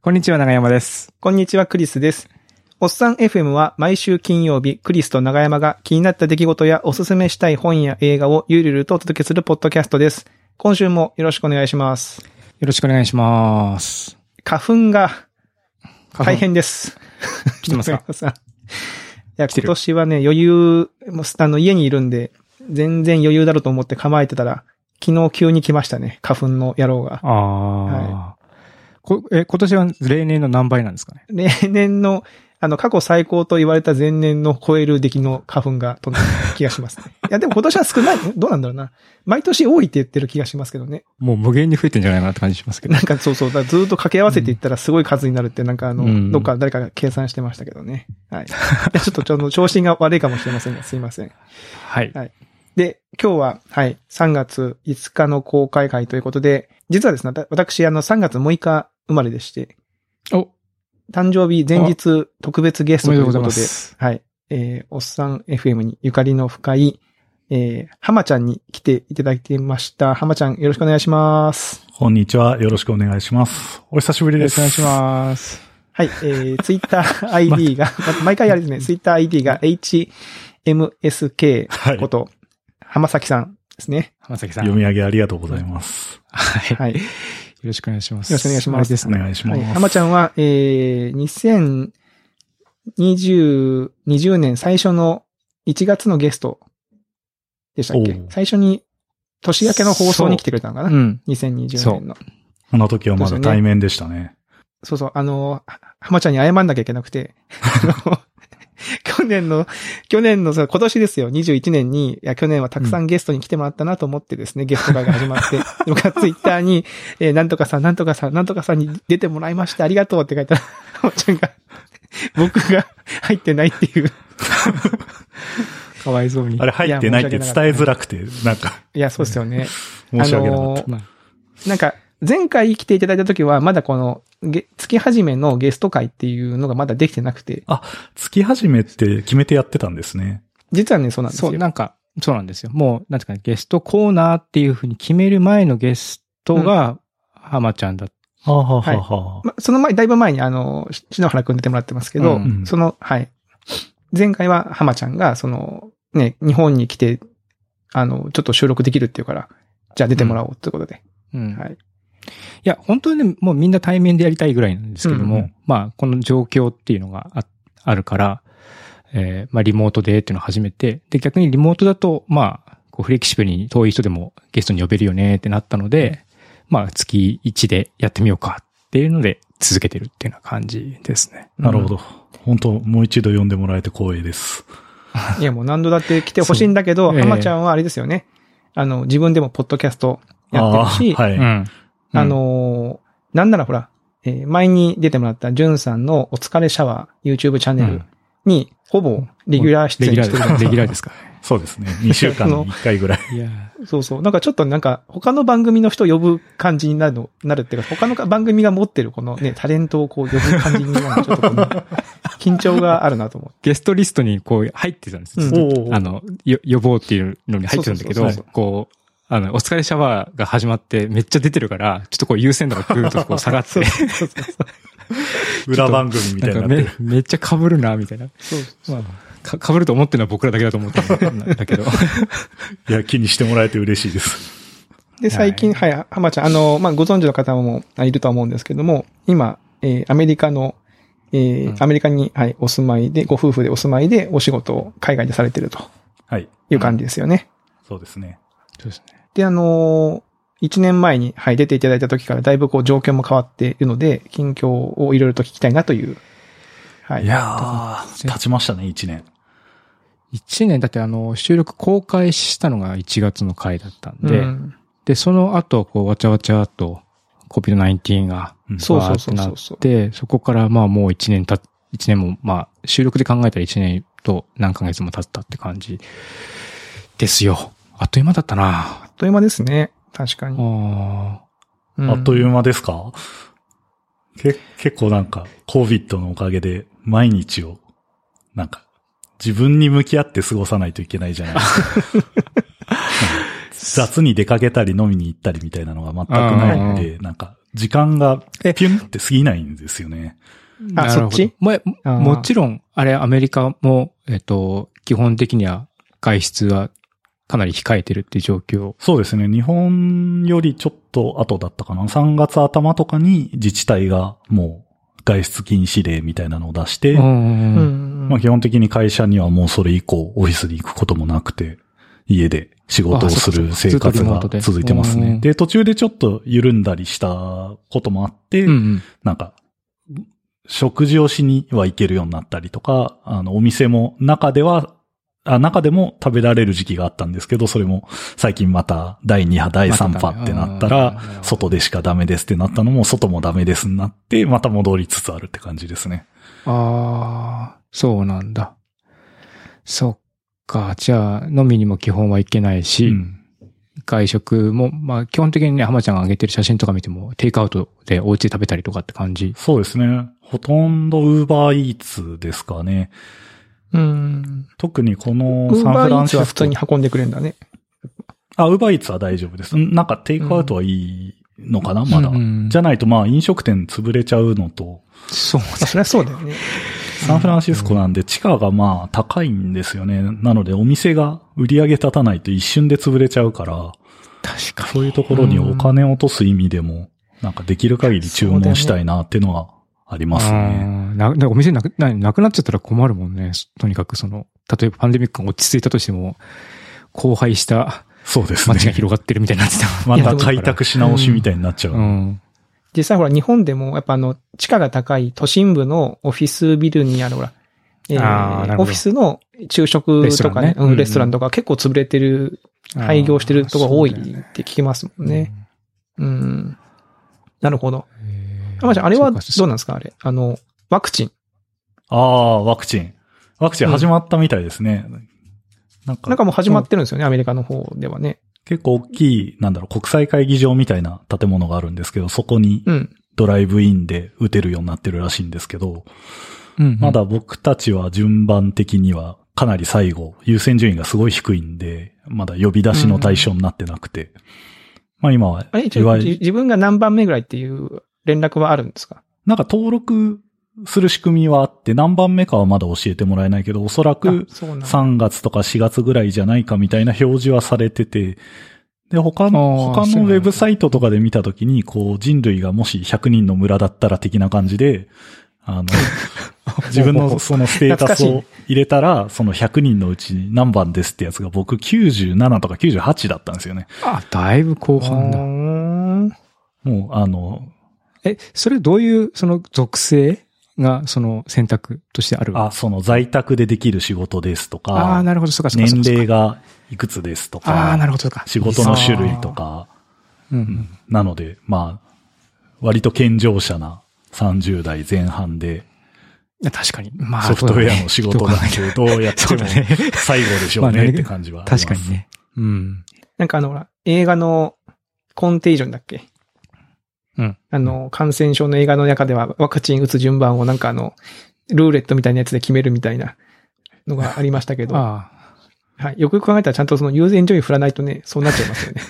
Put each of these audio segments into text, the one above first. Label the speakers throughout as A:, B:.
A: こんにちは、長山です。
B: こんにちは、クリスです。おっさん FM は毎週金曜日、クリスと長山が気になった出来事やおすすめしたい本や映画をゆるゆるとお届けするポッドキャストです。今週もよろしくお願いします。
A: よろしくお願いします。
B: 花粉が
A: 花
B: 大
A: 粉。
B: 変です。
A: 来てます か
B: 長山さんいや、
A: てる
B: 今年はね、余裕、もうあの、家にいるんで、全然余裕だろうと思って構えてたら、昨日急に来ましたね、花粉の野郎が。
A: ああ、こ。え、今年は例年の何倍なんですかね
B: 例年の、あの、過去最高と言われた前年の超える出来の花粉が飛んだ気が しますね。いや、でも今年は少ない。どうなんだろうな。毎年多いって言ってる気がしますけどね。
A: もう無限に増えてんじゃないかなって感じしますけど
B: な。んかそうそう、だからずっと掛け合わせていったらすごい数になるって、なんかあの、
A: うん
B: どっか誰かが計算してましたけどね。 はい。ちょっとちょっと調子が悪いかもしれませんが、すいません。
A: はい。
B: で、今日は、はい、3月5日の公開会ということで、実はですね、わた私、あの、3月6日生まれでして、
A: お、
B: 誕生日前日特別ゲ
A: お
B: スト
A: め
B: とい
A: で
B: う
A: とうご
B: こ
A: ざい
B: と
A: ま
B: で、
A: す。
B: はい。えー、おっさん FM にゆかりの深い、えー、浜ちゃんに来ていただいてました。浜ちゃん、よろしくお願いします。
C: こんにちは。よろしくお願いします。お久しぶり
A: よろ
C: で
A: しく
C: す。
A: お願いします。
B: はい、えー、ツイッター ID が、ま毎回あれですね、ツイッター ID が HMSK
C: はい。
B: こ
C: 読
B: と、浜崎さんですね。
A: 浜崎さん。
C: み上げありがとうございます。
A: はい。よ
B: はい。
A: ろしくお願いします。
B: よろしくお願いします
A: あれです
C: お
A: ね。
C: 願いしま
B: は
C: す。
B: い、浜ちゃんは、えー、2020 20年最初の1月のゲストでしたっけ
C: おう
B: 最初に年明けの放送に来てくれたのかな、
A: うん。
B: 2020年の。
C: あの時はまだ対面でしたね。
B: そうそう、あの、は浜ちゃんに謝んなきゃいけなくて、 あの去年の、去年のさ、今年ですよ、21年に、いや、去年はたくさんゲストに来てもらったなと思ってですね、ゲスト会が始ま って、僕はツイッターに、えーなんとかさん、なんとかさん、なんとかさんに出てもらいましてありがとうって書いたら、浜ちゃんが、僕が入ってないっていう。かわいそうに。
C: あれ入ってないって伝えづらくて、なんか、
B: いや、そうですよね。
C: 申し訳な
B: あ
C: か
B: の
C: っ
B: ー
C: た。
A: まあ
B: なんか、前回来ていただいた時は、まだこの、げ月始めのゲスト会っていうのがまだできてなくて、
C: 月始めって決めてやってたんですね。
B: 実はね、そうなんです
A: そ
B: よ。
A: う、なんか、そうなんですよ。もう、なんていうか、ゲストコーナーっていうふうに決める前のゲストが、浜ちゃんだっ
C: はあ、はあ
B: はい
C: はあ
B: ま、その前、だいぶ前に、あの、し篠原くん出てもらってますけど、
A: うん
B: その、はい。前回は浜ちゃんが、その、ね、日本に来て、あの、ちょっと収録できるっていうから、じゃあ出てもらおうってことで。
A: た。うん。
B: はい。
A: いや、本当にね、もうみんな対面でやりたいぐらいなんですけども、
C: うんうん
A: まあ、この状況っていうのがああるから、えーまあ、リモートでっていうのを始めて、で、逆にリモートだと、まあ、こうフレキシブルに遠い人でもゲストに呼べるよねってなったので、まあ、月1でやってみようかっていうので、続けてるっていうような感じですね。
C: なるほど。本当もう一度読んでもらえて光栄です。
B: いや、もう何度だって来てほしいんだけど、
A: そうええ
B: 浜ちゃんはあれですよね。あの、自分でもポッドキャストやってるし、
C: ああはい、
A: ん。
B: あ、のーなんならほら、えー前に出てもらったジュンさんのお疲れシャワー YouTube チャンネルに、ほぼレギュラー出
A: レギュラ
B: 演してる。
A: ー、レギュラーですか
C: そうですね。2週間に1回ぐらい。
A: いや
B: そうそう。なんかちょっとなんか他の番組の人呼ぶ感じになるの、なるっていうか、他のか番組が持ってるこの ね、タレントをこう呼ぶ感じになるのちょっとこの、緊張があるなと思って。
A: ゲストリストにこう入ってたんですよ、
B: うん
A: ずっと
C: おうおう
A: あの、よ呼ぼうっていうのに入ってたんだけ
B: そ
A: ど
B: うそうそうそ、
A: こう、あの、お疲れシャワーが始まってめっちゃ出てるから、ちょっとこう優先度がぐーっとこう下がって
B: そう、そうそう
C: 裏番組みた
A: ないんか
C: になって
A: め
C: る。
A: めっちゃ被るな、みたいな。
B: そうそう
A: か被ると思ってるのは僕らだけだと思ってたんだ けど。
C: いや、気にしてもらえて嬉しいです。
B: で、最近、はい、浜ちゃん、あの、まあ、ご存知の方もあいるとは思うんですけども、今、えーアメリカの、えー
A: うん
B: アメリカに、はい、お住まいで、ご夫婦でお住まいで、お仕事を海外でされてると
C: はい。
B: いう感じですよね。
C: そうですね。
A: そうですね。
B: で、あのー、1年前に、はい、出ていただいた時から、だいぶこう、状況も変わっているので、近況をいろいろと聞きたいなという。はい。
C: いやー、経ちましたね、1年。
A: 1年、だってあの、収録公開したのが1月の回だったんで、
B: うん
A: で、その後、こう、わちゃわちゃっと、COVID-19 が
C: うん
B: そうそう
A: わーって
B: そう
A: な
B: そ
A: っ
B: うそう。
A: で、そこからまあもう1年たっ、一年も、まあ収録で考えたら1年と何ヶ月も経ったって感じですよ。あっという間だったな
B: あっという間ですね。確か
A: あ
B: に。
A: ー
C: あっという
B: 間。
C: 間ですかけ、結構なんか、COVID のおかげで、毎日を、なんか、自分に向き合って過ごさないといけないじゃないですか。 雑に出かけたり飲みに行ったりみたいなのが全くないんで、なんか、時間がピ
B: え
C: ュンって過ぎないんですよね。
B: あそっち
A: も
B: あー
A: もちろん、あれ、アメリカも、えっと、基本的には外出はかなり控えてるっていう状況。
C: そうですね。日本よりちょっと後だったかな。3月頭とかに自治体がもう外出禁止令みたいなのを出して、
B: うん
A: ん。
C: まあ基本的に会社にはもうそれ以降オフィスに行くこともなくて、家で仕事をする生
A: あそっかずっと
C: 活
A: リモー
C: が
A: トで
C: 続いてます
A: う
C: ね
A: ん。
C: で、途中でちょっと緩んだりしたこともあって、
A: うん。
C: なんか、食事をしには行けるようになったりとか、あの、お店も中では、あ中でも食べられる時期があったんですけど、それも最近また第2波、第3波ってなった
A: またダメあ
C: ら
A: ーなるほ、ど
C: 外でしかダメですってなったのも、外もダメですになって、また戻りつつあるって感じですね。
A: ああ、そうなんだ。そっか。じゃあ、飲みにも基本はいけないし、
C: うん。
A: 外食も、まあ、基本的にね、浜ちゃんが上げてる写真とか見ても、テイクアウトでお家で食べたりとかって感じ。
C: そうですね。ほとんどウーバーイーツですかね。
B: うん。
C: 特にこ
B: ウ
C: の
B: ー
C: サン
B: バ
C: フ
B: ーイ
C: ラ
B: ー
C: ン
B: ツ
C: シ
B: は
C: ス
B: 普
C: コ
B: 通に運んでくれるんだね。
C: あ、ウーバーイーツは大丈夫です。なんかテイクアウトはいいのかな、まだ。
A: うんうん
C: じゃないとまあ飲食店潰れちゃうのと、
A: そう
B: まあそりゃそうだよ ね。
C: サンフランシスコなんで地価がまあ高いんですよね。なのでお店が売り上げ立たないと一瞬で潰れちゃうから、
A: 確か
C: そういうところにお金を落とす意味でも、なんかできる限り注文したいなっていうのはありますね。
A: あーななお店なくななくなっちゃったら困るもんね。とにかくその、例えばパンデミックが落ち着いたとしても、荒廃 した
C: そうです
A: 街が
C: ね。
A: 広がってるみたいになってたもん
C: ま
A: ね。
C: た開拓し直しみたいになっちゃう。
A: うん。
B: 実際ほら、日本でも、やっぱあの、地価が高い都心部のオフィスビルにあるほら、え
A: あーなるほ
B: ー、
A: ど
B: オフィスの昼食とか
A: レストランね
B: ね、
A: うんう
B: うんんレストランとか結構潰れてる、廃業してるとこ多いって聞きますもんね。。うん。なるほど。あまちゃん、あれはどうなんですかあれ。あの、ワクチン。
C: ああ、ワクチン。ワクチン始まったみたいですね。なんか
B: なんかもう始まってるんですよね、アメリカの方ではね。
C: 結構大きい、なんだろう、国際会議場みたいな建物があるんですけど、そこに
B: うん。
C: ドライブインで打てるようになってるらしいんですけど、まだ僕たちは順番的にはかなり最後、優先順位がすごい低いんで、まだ呼び出しの対象になってなくて。まあ今は
B: あれ、、一
C: いわ
B: 応
C: ゆ
B: じ
C: る、
B: 自分が何番目ぐらいっていう連絡はあるんですか
C: なんか登録する仕組みはあって、何番目かはまだ教えてもらえないけど、おそらく
B: あそうなんだ
C: 3月とか4月ぐらいじゃないかみたいな表示はされてて、で、他の、
A: あー
C: 他
A: そう
C: の
A: な
C: ウ
A: んだ
C: ェブサイトとかで見たときに、こう、人類がもし100人の村だったら的な感じで、 あの、自分のそのステータスを入れたら、その100人のうち何番ですってやつが僕97とか98だったんですよね。
A: あ、だいぶ後半だ。
B: だ。
C: もう、あの、
A: え、それどういう、その属性が、その選択としてある
C: あ、その在宅でできる仕事ですと
A: あー
C: か、
A: なるほど、そうか、そうか。
C: 年
A: そうか
C: 齢。がいくつですと
A: ああ、な
C: か、
A: るほど、そうか。
C: 仕事の種類とか、
A: うんうん。
C: なので、まあ、割と健常者な30代前半で、
A: いや確かに。まあ、
C: ソフトウェアの仕事
A: だ
C: な
A: ね
C: んてどうやって
A: そう
C: も
A: だね。
C: 最後でしょう
A: まあ
C: ね
A: ね
C: って感じはあります。
A: 確かにね。うん。
B: なんかあの、ほら映画のコンテージョンだっけ
A: うん。
B: あの、感染症の映画の中ではワクチン打つ順番をなんかあの、ルーレットみたいなやつで決めるみたいなのがありましたけど、は
A: ああ。
B: い、よくよく考えたらちゃんとその優先順位振らないとね、そうなっちゃいま すよね。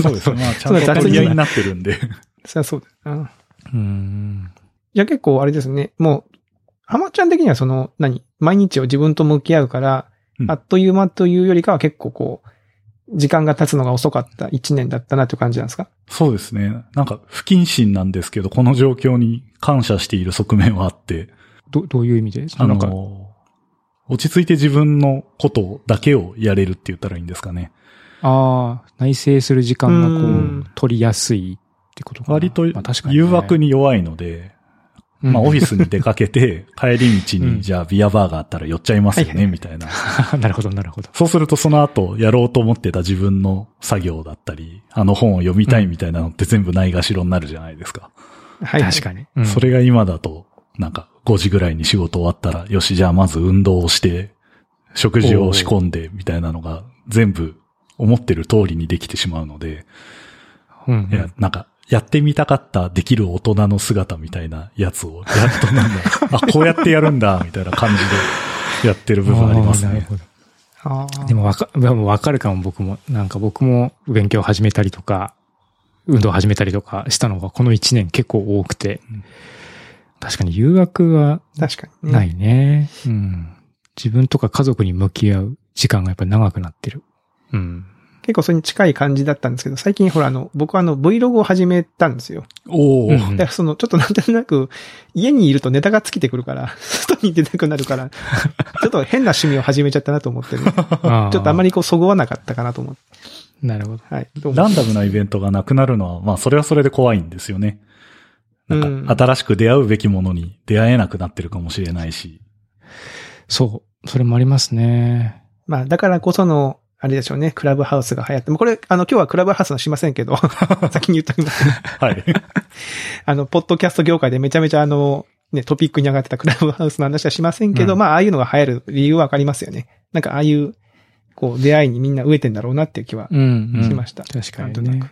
C: そ うですね。まあ、ちゃんと取り合いになってるんで。
B: そりゃそうだ。うん
A: うん。
B: じゃあ結構あれですね、もう、ハマちゃん的にはその、何毎日を自分と向き合うから、
C: うん
B: あっという間というよりかは結構こう、時間が経つのが遅かった一年だったなという感じなんですか
C: そうですね。なんか、不謹慎なんですけど、この状況に感謝している側面はあって、
A: ど、どういう意味で
C: あ
A: なんか、
C: の、落ち着いて自分のことだけをやれるって言ったらいいんですかね。
A: ああ、内省する時間がこう、
B: うん
A: 取りやすいってことかな。
C: 割と
A: まあ確かにね
C: 誘惑に弱いので、まあ、オフィスに出か けて、帰り道
A: うん
C: に、じゃあ、ビアバーがあったら寄っちゃいますよね、みたいな。
A: ス。 なるほど、なるほど。
C: そうすると、その後、やろうと思ってた自分の作業だったり、あの本を読みたいみたいなのって全部ないがしろになるじゃないですか。
B: はい。
A: 確かに。うん
C: それが今だと、なんか、5時ぐらいに仕事終わったら、よし、じゃあ、まず運動をして、食事を仕込んで、みたいなのが、全部、思ってる通りにできてしまうので、
A: うんうん
C: いや、なんか、やってみたかったできる大人の姿みたいなやつを、やっとなん だ、あ、こうやってやるんだ、みたいな感じでやってる部分あります
A: あーなる
C: ね。
A: ほど
B: あー
A: でもわか、でもわかるかも、僕も。なんか僕も勉強始めたりとか、運動を始めたりとかしたのがこの1年結構多くて
C: うん、
A: 確かに誘惑は
B: 確かにね。
A: ないね。うん。自分とか家族に向き合う時間がやっぱり長くなってる。うん。
B: 結構それに近い感じだったんですけど、最近ほらあの、僕はあの Vlog を始めたんですよ。
C: お
A: う
C: ー
A: ん
B: だからそ の、ちょっとなんとなく、家にいるとネタが尽きてくるから、 外に出たくなるから、ちょっと変な趣味を始めちゃったなと思っ てね、ち
A: ち
B: ょっとあま
A: り。
B: りこう、そぐわなかったかなと思って。
A: なるほど。
B: はい。どうも
C: ランダムなイベントがなくなるのは、まあ、それはそれで怖いんですよね。
B: う
C: なん
B: ん
C: か、新しく出会うべきものに出会えなくなってるかもしれな いし。
A: そう。それもありますね。
B: まあ、だからこその、あれでしょうね、クラブハウスが流行って、もうこれ、あの、今日はクラブハウスのしませんけ ど、先に言っときます。
C: はい。
B: あの、ポッドキャスト業界でめちゃめちゃあの、ね、トピックに上がってたクラブハウスの話はしませんけど、
A: うん
B: まあ、ああいうのが流行る理由はわかりますよね。なんか、ああいう、こう、出会いにみんな飢えてんだろうなっていう気は
A: うん、うん。
B: しました。
A: 確かに
B: なんと
A: ね
B: な。く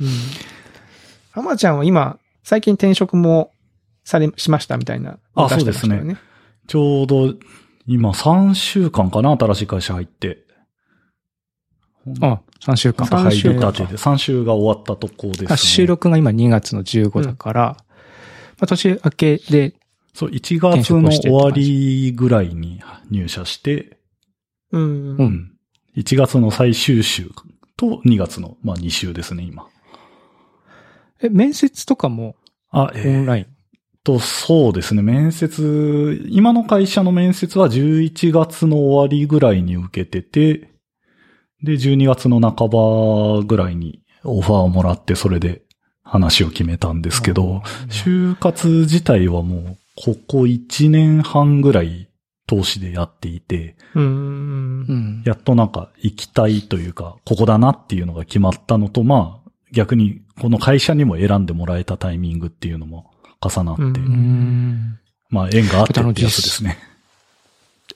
B: うん。ハマちゃんは今、最近転職もされ、しましたみたいな。
C: あ
B: 出してましたよ
C: そうで。ちょうど、今3週間かな新しい会社入って。
A: あ、3週間。
C: 入りた
A: 三
C: てで、3週が終わったとこです、ね。
A: あ収録が今2月の15だから、まあ年明けで、
C: そう、1月の終わりぐらいに入社して、
B: うん。
A: う
C: うんん。1月の最終週と2月の、まあ2週ですね、今。
A: え、面接とかも
C: あ、
A: オン
C: えーっ
A: ライン。
C: と、そうですね、面接、今の会社の面接は11月の終わりぐらいに受けてて、で、12月の半ばぐらいにオファーをもらって、それで話を決めたんですけど、就活自体はもう、ここ1年半ぐらい投資でやっていて、
B: うん。
A: うん。
C: やっとなんか行きたいというか、ここだなっていうのが決まったのと、まあ、逆にこの会社にも選んでもらえたタイミングっていうのも重なって、
B: うん
A: うん
C: まあ縁があってってやつですね。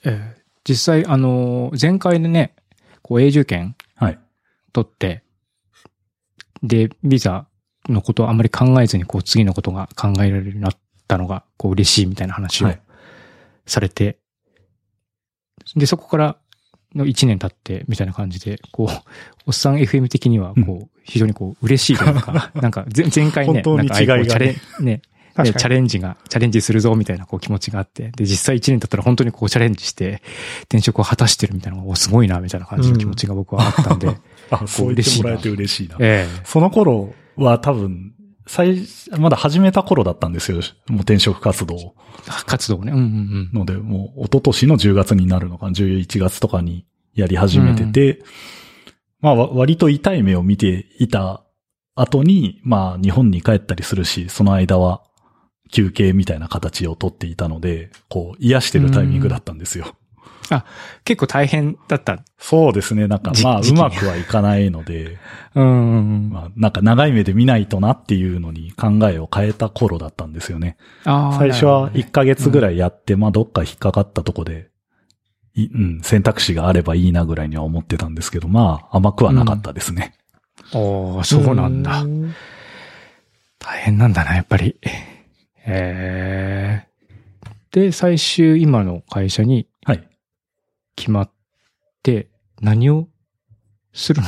A: えー実際、あのー、前回でね、こう永住権
C: はい。
A: 取って、で、ビザのことをあんまり考えずに、こう次のことが考えられるようになったのが、こう嬉しいみたいな話を
C: はい
A: されて、で、そこからの1年経って、みたいな感じで、こう、おっさん FM 的には、こう、非常にこう、嬉しいという か、なんか前、前回ね、
C: 本当に
A: なんかああいうこう
C: 違い
A: チ
C: がね
A: ャレン、ね、ね
B: 確
A: チャ
B: かに。
A: レンジが、チャレンジするぞみたいなこう気持ちがあって、で、実際1年経ったら本当にこうチャレンジして、転職を果たしてるみたいなのが、おすごいな、みたいな感じの気持ちが僕はあったんで、
C: あ、そう言ってもらえて嬉しいな。
A: え
C: その頃は多分、最、まだ始めた頃だったんですよ。もう転職活動を
A: え活動をね、うんうん
C: ので、もう一昨年の10月になるのかな、11月とかにやり始めてて、まあわ割と痛い目を見ていた後に、まあ日本に帰ったりするし、その間は休憩みたいな形をとっていたので、こう癒してるタイミングだったんですよ。
A: うん。結構大変だった。
C: そうですね。なんか
A: じ
C: まあ
A: 時
C: う
A: 期
C: まくはいかないので、
A: うんうんうん。
C: まあなんか長い目で見ないとなっていうのに考えを変えた頃だったんですよね。
A: あー
C: 最初は
A: なる
C: 1ヶ月ぐらいやって、まあどっか引っかかったとこで、いうん、選択肢があればいいなぐらいには思ってたんですけど、まあ甘くはなかったですね。
A: ほどねおーそうなんだ。
B: うん
A: 大変なんだな、やっぱり。ええで、最終今の会社に
C: はい。
A: 決まって、何をす るの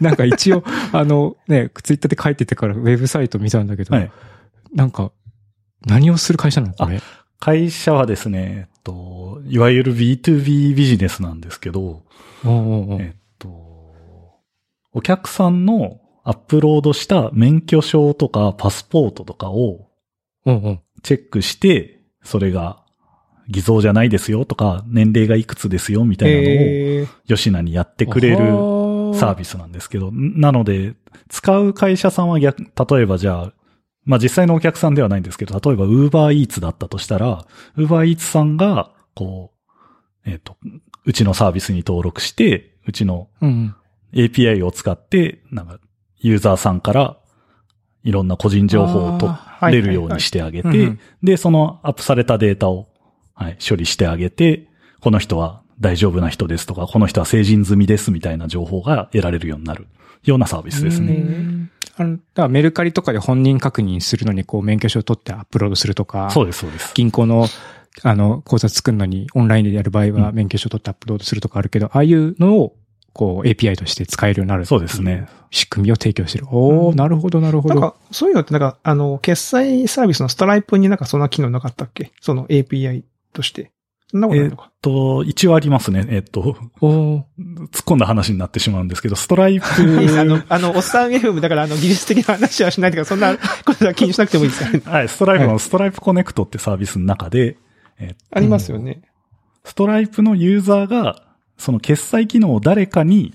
A: なんか一応、あのね、ツイッターで書いててからウェブサイト見たんだけど、
C: はい。
A: なんか、何をする会社なのこれ。
C: 会社はですね、えっと、いわゆる B2B ビジネスなんですけど、
A: おうおうおう
C: えっと、お客さんのアップロードした免許証とかパスポートとかを
A: おうおう
C: チェックして、それが偽造じゃないですよとか、年齢がいくつですよみたいなのを、
B: えー
C: 吉名にやってくれるサービスなんですけど、なので、使う会社さんは逆、例えばじゃあ、まあ実際のお客さんではないんですけど、例えば UberEats だったとしたら、UberEats さんが、こう、えっ、と、うちのサービスに登録して、うちの
A: うん。
C: API を使って、なんか、ユーザーさんから、いろんな個人情報を取れるようにしてあげ
A: あーはいはい
C: て
A: はい、
C: で、そのアップされたデータを、はい、処理してあげて、この人は大丈夫な人ですとか、この人は成人済みですみたいな情報が得られるようになるようなサービスです
A: う
C: ね。
A: んあのだからメルカリとかで本人確認するのに、こう、免許証を取ってアップロードするとか、
C: そうです、そうです。
A: 銀行の、あの、口座作るのに、オンラインでやる場合は
C: うん
A: 免許証取ってアップロードするとかあるけど、ああいうのを、こう API として使えるようになる。
C: そうですね。。
A: 仕組みを提供してる。おおなるほど、なるほ
B: なん
A: ど。
B: か、そういうのってなんか、あの、決済サービスのストライプになんかそんな機能なかったっけその API として。そんなことないのか。
C: と、一応ありますね。えっと、
A: おお
C: 突っ込んだ話になってしまうんですけど、ストラ イプ、
B: いやあの、あの、おっさん FM だから、あの、技術的な話はしないでから、そんなことは気にしなくてもいいですから。
C: はい、ストライプのストライプコネクトってサービスの中で、えっと
B: ありますよね。
C: ストライプのユーザーが、その決済機能を誰かに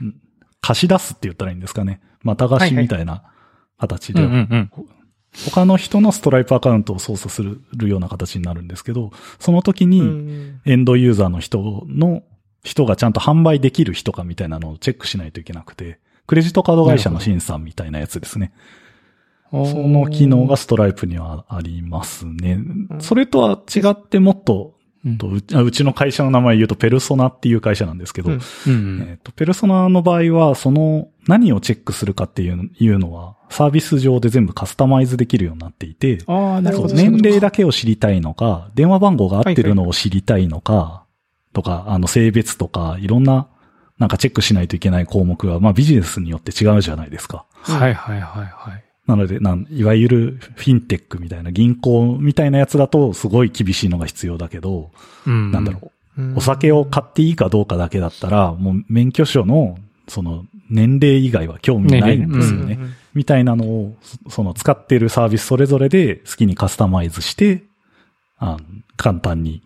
C: うん貸し出すって言ったらいいんですかね。また貸しみたいな形
A: うん
C: で、
A: うんうん。
C: 他の人のストライプアカウントを操作するような形になるんですけど、その時
B: う
C: に
B: ん
C: エンドユーザーの人の人がちゃんと販売できる人かみたいなのをチェックしないといけなくて、クレジットカード会社の審査みたいなやつですね。その機能がストライプにはありますね。それとは違ってもっと
A: うん、
C: とうちあうちの会社の名前言うとペルソナっていう会社なんですけ
B: う
C: ど、
B: ん
A: うん
C: えっとペルソナの場合は、その何をチェックするかっていういうのは、サービス上で全部カスタマイズできるようになっていて、
A: ああ、なるほど。
C: そう年齢だけを知りたいのか、電話番号が合ってるのを知りたいのか、とか、あの、性別とか、いろんな、なんかチェックしないといけない項目が、まあビジネスによって違うじゃないですか。
A: はいはいはいはい。
C: なので、なん、いわゆるフィンテックみたいな銀行みたいなやつだと、すごい厳しいのが必要だけど、
A: うん
C: なんだろう。
B: うん
C: お酒を買っていいかどうかだけだったら、もう免許証の、その、年齢以外は興味ないんですよね。
B: うんうんうん
C: みたいなのを、そその、使ってるサービスそれぞれで好きにカスタマイズして、あ簡単に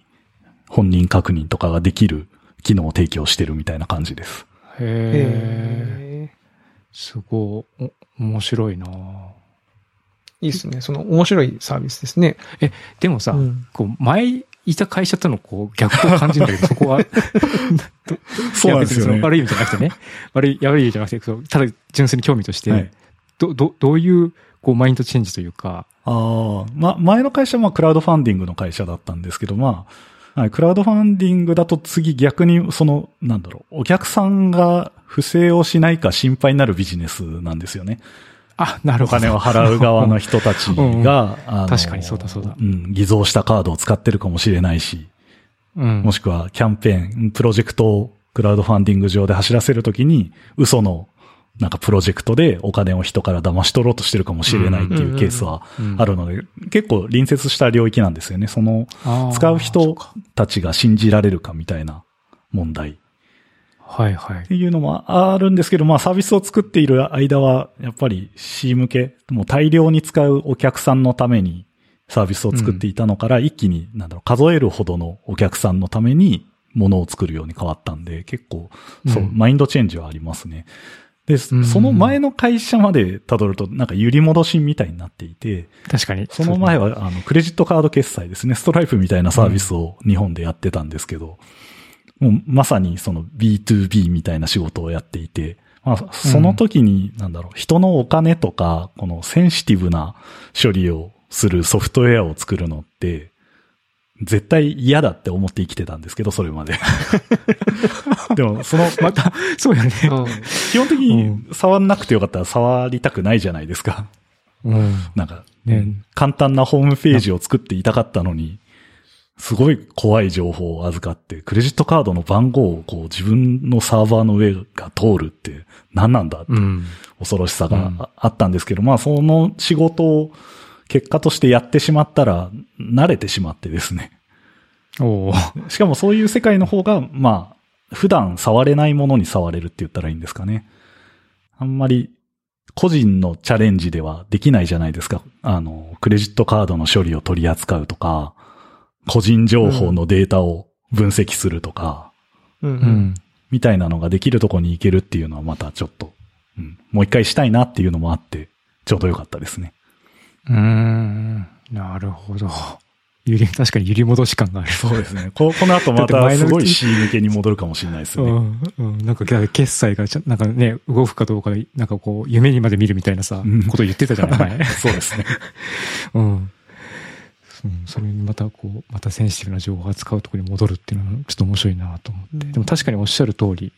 C: 本人確認とかができる機能を提供してるみたいな感じです。
A: へえ。
B: へ
A: すごい。お面白いな
B: ーいいですね。その面白いサービスですね。
A: でもさ、
B: うん
A: こう、前いた会社とのこう、ギャップを感じるんだ けど、そこは。いや別にその悪い意味じゃなくてね。悪い、悪い意味じゃなくて、そうただ純粋に興味として、
C: はい。
A: ど、ど、どういう、こう、マインドチェンジというか、
C: ああ、ま、前の会社はクラウドファンディングの会社だったんですけど、まあ、はい、クラウドファンディングだと次逆に、その、なんだろう、お客さんが不正をしないか心配になるビジネスなんですよね。
A: あ、なる
C: お
A: ほ
C: 金
A: ど。
C: を払う側の人たち が、
A: うんうん
C: あの
A: 確かにそうだそうだ
C: ん、偽造したカードを使ってるかもしれないし、
A: うん
C: もしくはキャンペーン、プロジェクトをクラウドファンディング上で走らせるときに、嘘の、なんかプロジェクトでお金を人から騙し取ろうとしてるかもしれないっていうケースは
A: うん
C: あるので、結構隣接した領域なんですよね。その、
A: あー
C: 使う人たちが信じられるかみたいな問題っ
A: はいはい。
C: ていうのもあるんですけど、まあサービスを作っている間は、やっぱり C 向け、もう大量に使うお客さんのためにサービスを作っていたのから、一気に、なんだろう、数えるほどのお客さんのためにものを作るように変わったんで、結構、そう、
A: うん
C: マインドチェンジはありますね。で、そ
A: うん
C: その前の会社まで辿ると、なんか揺り戻しみたいになっていて、
A: 確かに。
C: その前
A: は。
C: は、あの、クレジットカード決済ですね。ストライプみたいなサービスを日本でやってたんですけど、もうまさにその B2B みたいな仕事をやっていて、まあ、その時に、なんだろう、人のお金とか、このセンシティブな処理をするソフトウェアを作るのって、絶対嫌だって思って生きてたんですけど、それ まで。でも、その、また、
A: そうよね。
C: 基本的に触んなくてよかったら触りたくないじゃないですか。
A: うん。
C: なんか、
A: ね
C: 簡単なホームページを作っていたかったのに、すごい怖い情報を預かって、クレジットカードの番号をこう自分のサーバーの上が通るって何なんだって
A: うん。
C: 恐ろしさ
A: うん
C: があったんですけど、まあその仕事を結果としてやってしまったら慣れてしまってですね。
A: おー
C: しかもそういう世界の方が、まあ普段触れないものに触れるって言ったらいいんですかね。あんまり個人のチャレンジではできないじゃないですか。あの、クレジットカードの処理を取り扱うとか、個人情報のデータを分析するとか、
B: うんう。
A: うんん。
C: みたいなのができるとこに行けるっていうのはまたちょっと、うん、もう一回したいなっていうのもあって、ちょうどよかったですね。
A: うーん。なるほど。ゆり、確かに揺り戻し感がある。
C: そうですね。ここの後ま
A: だったて前
C: す
A: のうち
C: ごい C 向けに戻るかもしれないです
A: う
C: ね。
A: ん、うん。なんか、だから決済がちゃ、なんかね、動くかどうかで、なんかこう、夢にまで見るみたいなさ、
C: うん
A: こと言ってたじゃない、前
C: そうですね。
A: うん。うんそれにまたこう、またセンシティブな情報を扱うところに戻るっていうのは、ちょっと面白いなと思って。
B: うん
A: でも確かにおっしゃる通り、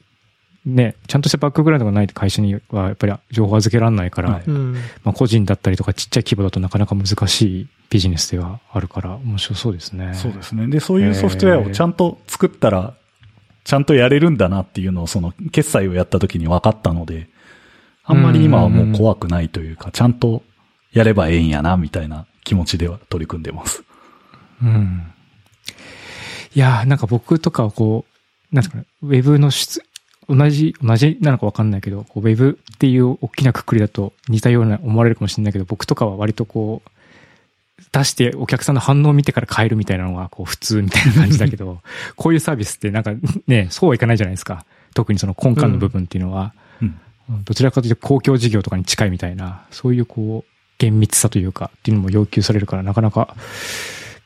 A: ね、ちゃんとしたバックグラウンドがない会社には、やっぱり情報預けられないから、
C: はい
B: うん。
A: まあ個人だったりとかちっちゃい規模だとなかなか難しいビジネスではあるから、面白そうですね。
C: そうですね。で、そういうソフトウェアをちゃんと作ったら、ちゃんとやれるんだなっていうのをその決済をやった時に分かったので、あんまり今はもう怖くないというか、ちゃんとやればええんやな、みたいな気持ちでは取り組んでます。
A: うん。いやー、なんか僕とかはこう、なんですかね、ウェブの質、同じ、同じなのかわかんないけど、こうウェブっていう大きなくくりだと似たような思われるかもしれないけど、僕とかは割とこう、出してお客さんの反応を見てから変えるみたいなのがこう普通みたいな感じだけど、こういうサービスってなんかね、そうはいかないじゃないですか。特にその根幹の部分っていうのは、
C: うん
A: どちらかというと公共事業とかに近いみたいな、そういうこう、厳密さというか、っていうのも要求されるから、なかなか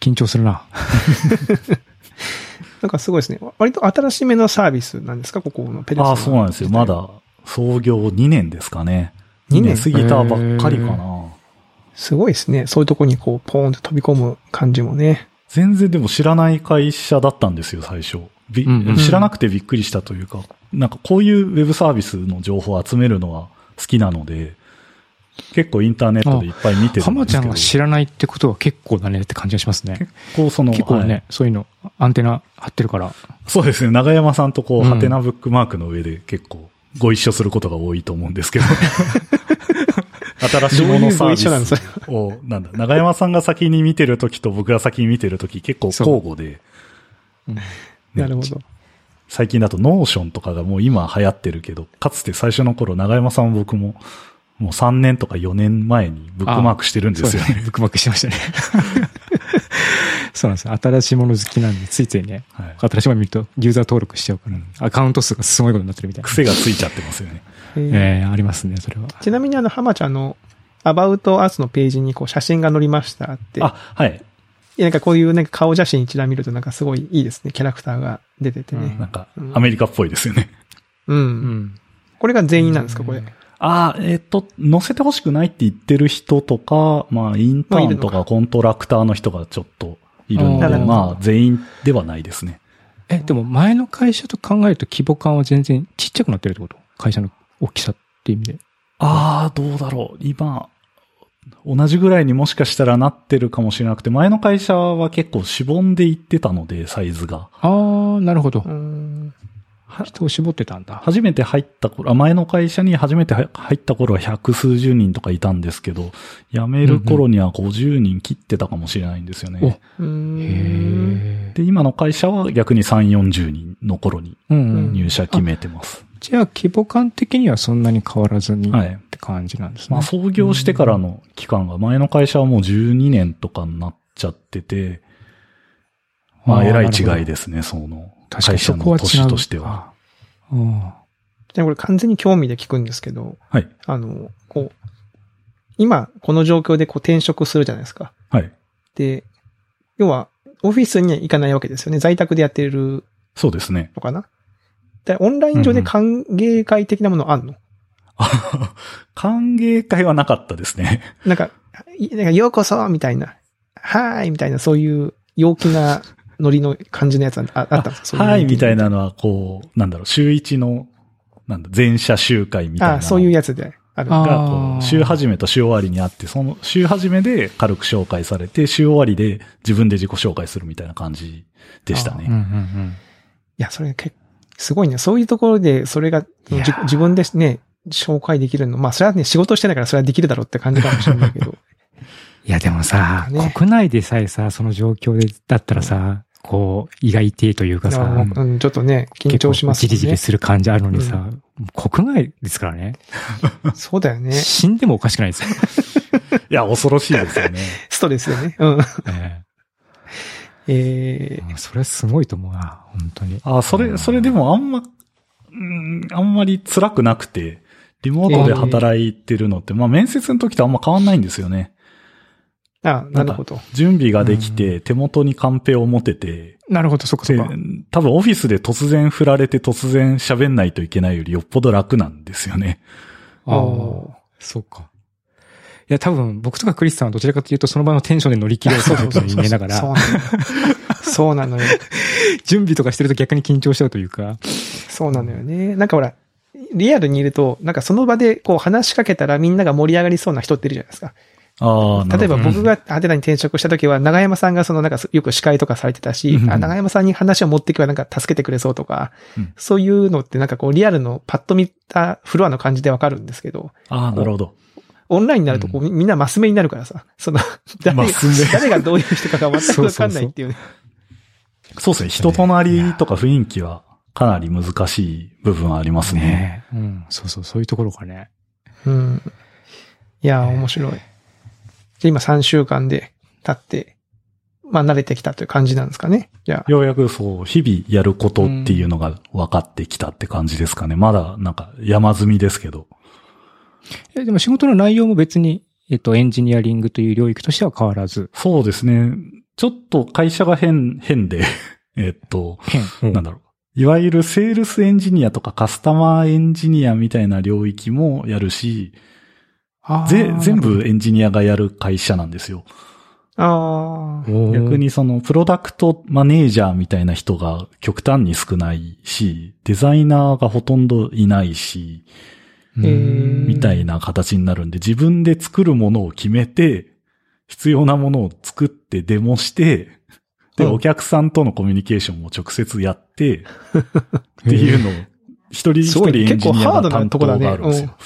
A: 緊張するな。
B: なんかすごいですね。割と新しめのサービスなんですかここのペルソナ
C: ああ、そうなんですよ。まだ創業2年ですかね。2年過ぎたばっかりか
A: へ
C: な。
B: すごいですね。そういうとこにこう、ポーンと飛び込む感じもね。
C: 全然でも知らない会社だったんですよ、最初。び
A: うんうん
C: 知らなくてびっくりしたというか、なんかこういうウェブサービスの情報を集めるのは好きなので、結構インターネットでいっぱい見てるんですけど。
A: 浜ちゃんが知らないってことは結構だねって感じがしますね
C: 結。構その、
A: 結構ね、
C: はい
A: そういうの、アンテナ張ってるから。
C: そうですね、長山さんとこう、
A: うん
C: ハテナブックマークの上で結構ご一緒することが多いと思うんです けど。新しいものサービス
B: どういうご一緒
C: を、なんだ、長山さんが先に見てるときと僕が先に見てるとき結構交互で、ね
B: なるほど。
C: 最近だとノーションとかがもう今流行ってるけど、かつて最初の頃、長山さんも僕も、もう3年とか4年前にブックマークしてるんですよ
A: そう
C: ね。
A: ブックマークしてましたね。そうなんですよ新しいもの好きなんで、ついついね、
C: はい
A: 新しいもの見るとユーザー登録しちゃうから、
C: うん
A: アカウント数がすごいことになってるみたいな。
C: 癖がついちゃってますよね。
B: えー
A: ええありますね、それは。
B: ちなみにあの、浜ちゃんの、アバウトアースのページにこう写真が載りましたって。
C: あ、
B: あ、
C: はい。
B: なんかこういうなんか顔写真一覧見るとなんかすごいいいですね。キャラクターが出ててね
C: なん。か、アメリカっぽいですよね。
B: うん。
A: うん。
B: これが全員なんですかこれ。
C: ああ、えっ、と、載せてほしくないって言ってる人とか、まあ、インターンとかコントラクターの人がちょっといるん
A: あ
C: で、
B: ー
C: まあ、全員ではないですね。
A: え、でも前の会社と考えると規模感は全然ちっちゃくなってるってこと会社の大きさっていう意味で。
C: ああ、どうだろう。今、同じぐらいにもしかしたらなってるかもしれなくて、前の会社は結構しぼんでいってたので、サイズが。
A: あー、なるほど
B: う。ん。
A: 人を絞ってたんだ。
C: 初めて入った頃、あ前の会社に初めて入入った頃は百数十人とかいたんですけど、辞める頃には50人切ってたかもしれないんですよね。
A: お
B: うん
A: へえ。
C: で、今の会社は逆に3、40人の頃に
A: うんうん。
C: 入社決めてます。
A: じゃあ、規模感的にはそんなに変わらずに
C: は
A: っ
C: い。
A: て感じなんですね。
C: まあ創業してからの期間が、前の会社はもう12年とかになっちゃってて、ま
A: あ
C: あ
A: ー
C: えらい違いですね、その
A: 確か
C: 会
A: に
C: 社
A: そ
C: の
A: こは違う
C: 年としては。。
A: あー
B: じゃあこれ完全に興味で聞くんですけど、
C: はい。
B: あの、こう、今、この状況でこう転職するじゃないですか。
C: はい。
B: で、要は、オフィスには行かないわけですよね。在宅でやってる
C: そうですね。
B: のかな。で、オンライン上で歓迎会的なものあんの、
C: あ歓迎会はなかったですね。
B: なんか、いなんかようこそみたいな、はーいみたいな、そういう陽気なノリの感じのやつあああったんですかそうう
C: はい、みたい
B: な。
C: なのは、こう、なんだろう、週一の、なんだ、全社集会みたいなの
B: あ、そういうやつで。ある。
A: あ
C: が、
A: あ
C: こ
A: ー
C: う、週始めと週終わりにあって、その週始めで軽く紹介されて、週終わりで自分で自己紹介するみたいな感じでした
A: うんうんう
C: ね。
A: ん。
B: いや、それ結構、すごいね。そういうところで、それが、
A: いや
B: じ自分でね、紹介できるの。まあ、それはね、仕事してないからそれはできるだろうって感じかもしれない けど。
A: いや、でもさ、
B: ね
A: 国内でさえさ、その状況で、だったらさ、こう、胃が痛いというか
B: いや
A: さ、
B: もううんちょっとね、緊張します
A: 結構ジ
B: よ
A: リジ
B: ね
A: リ。する感じあるのにさ、国外ですからね
B: そうだよね。
A: 死んでもおかしくないですよ。
C: いや、恐ろしいですよね。
B: ストレスよね。うん。
A: え
B: え
A: えそれはすごいと思うな、本当に。
C: あ、それ、それでもあんま、うん、あんまり辛くなくて、リモートで働いてるのって、まあ面接の時とあんま変わんないんですよね。
B: ー、あ、なるほど。
C: 準備ができて、手元にカンペを持てて、
A: なるほど、そっか
C: で多分オフィスで突然振られて突然喋んないといけないよりよっぽど楽なんですよね。
A: あ
B: おー
A: あ、そうか。いや、多分、僕とかクリスさんはどちらかというと、その場のテンションで乗り切れるタイプの人間だか
B: そ
A: ら、
B: うなのよ。そうなのよ。
A: 準備とかしてると逆に緊張しちゃうというか、
B: そうなのよね。なんかほら、リアルにいると、なんかその場でこう話しかけたらみんなが盛り上がりそうな人っているじゃないですか。
C: ああ、なるほど
B: 例えば僕がアテナに転職した時は、長山さんがそのなんかよく司会とかされてたし
C: う、ん
B: あ長山さんに話を持っていけばなんか助けてくれそうとか
C: うん、
B: そういうのってなんかこうリアルのパッと見たフロアの感じでわかるんですけど、
C: ああ、なるほど。
B: オンラインになるとこうみんなマス目になるからさ、その、誰が
C: マス目、
B: 誰がどういう人かが全くわかんないっていうね。
C: そうですね。人となりとか雰囲気はかなり難しい部分はありますね。
A: ねえ。うん。そうそう、そういうところがね。
B: うん。いやー、面白い。で、今3週間で経って、まあ慣れてきたという感じなんですかね。じゃあ。
C: ようやくそう、日々やることっていうのが分かってきたって感じですかね。まだなんか山積みですけど。
A: え、でも仕事の内容も別に、えっと、エンジニアリングという領域としては変わらず、
C: そうですね。ちょっと会社が変、変で、 えっと、
A: 変。うん
C: なんだろう。いわゆるセールスエンジニアとかカスタマーエンジニアみたいな領域もやるし、
B: あー
C: ぜ、全。部エンジニアがやる会社なんですよ。
B: ああ。
C: 逆。にそのプロダクトマネージャーみたいな人が極端に少ないし、デザイナーがほとんどいないし、
A: うん
B: えー
C: みたいな形になるんで、自分で作るものを決めて、必要なものを作ってデモして、で、
B: うん
C: お客さんとのコミュニケーションも直接 やって、っていうのを、一人一
B: す
C: 人
B: ごい
C: エンジニ
B: 結構ハ
C: アの担
B: ードなと
C: 当
B: こだね
C: があるんですよ。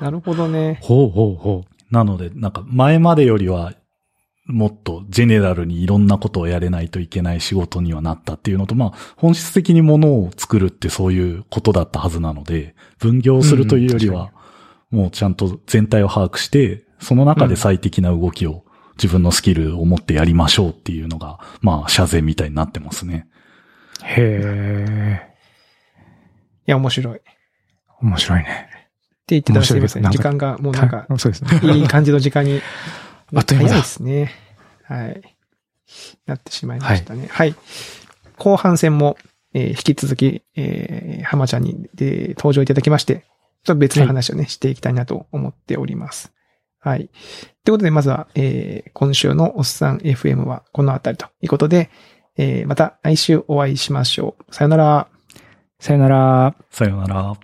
B: なるほどね。
A: ほうほうほ
C: なので、なんか前までよりは、もっとジェネラルにいろんなことをやれないといけない仕事にはなったっていうのと、まあ、本質的にものを作るってそういうことだったはずなので、分業するというより
A: うんうん
C: は、もうちゃんと全体を把握して、その中で最適な動きを、自分のスキルを持ってやりましょうっていうのが、まあ、社税みたいになってますね。
A: う。へえ。
B: いや、面白い。って
A: 面白いね。
B: 言ってたらすいません。
A: 面白いけ
B: 時
A: ど
B: 間がもうなんか、
A: たそうですね。
B: いい感じの時間に。
A: あっという間だ
B: 早いですね。はい。なってしまいましたね。はい。後半戦も、えー引き続き、えー、浜ちゃんに、で登場いただきまして、ちょっと別の話をね、していきたいなと思っております。はい。ということで、まずは、えー今週のおっさん FM はこのあたりということで、えーまた来週お会いしましょう。さよなら。
A: さよなら。
C: さよなら。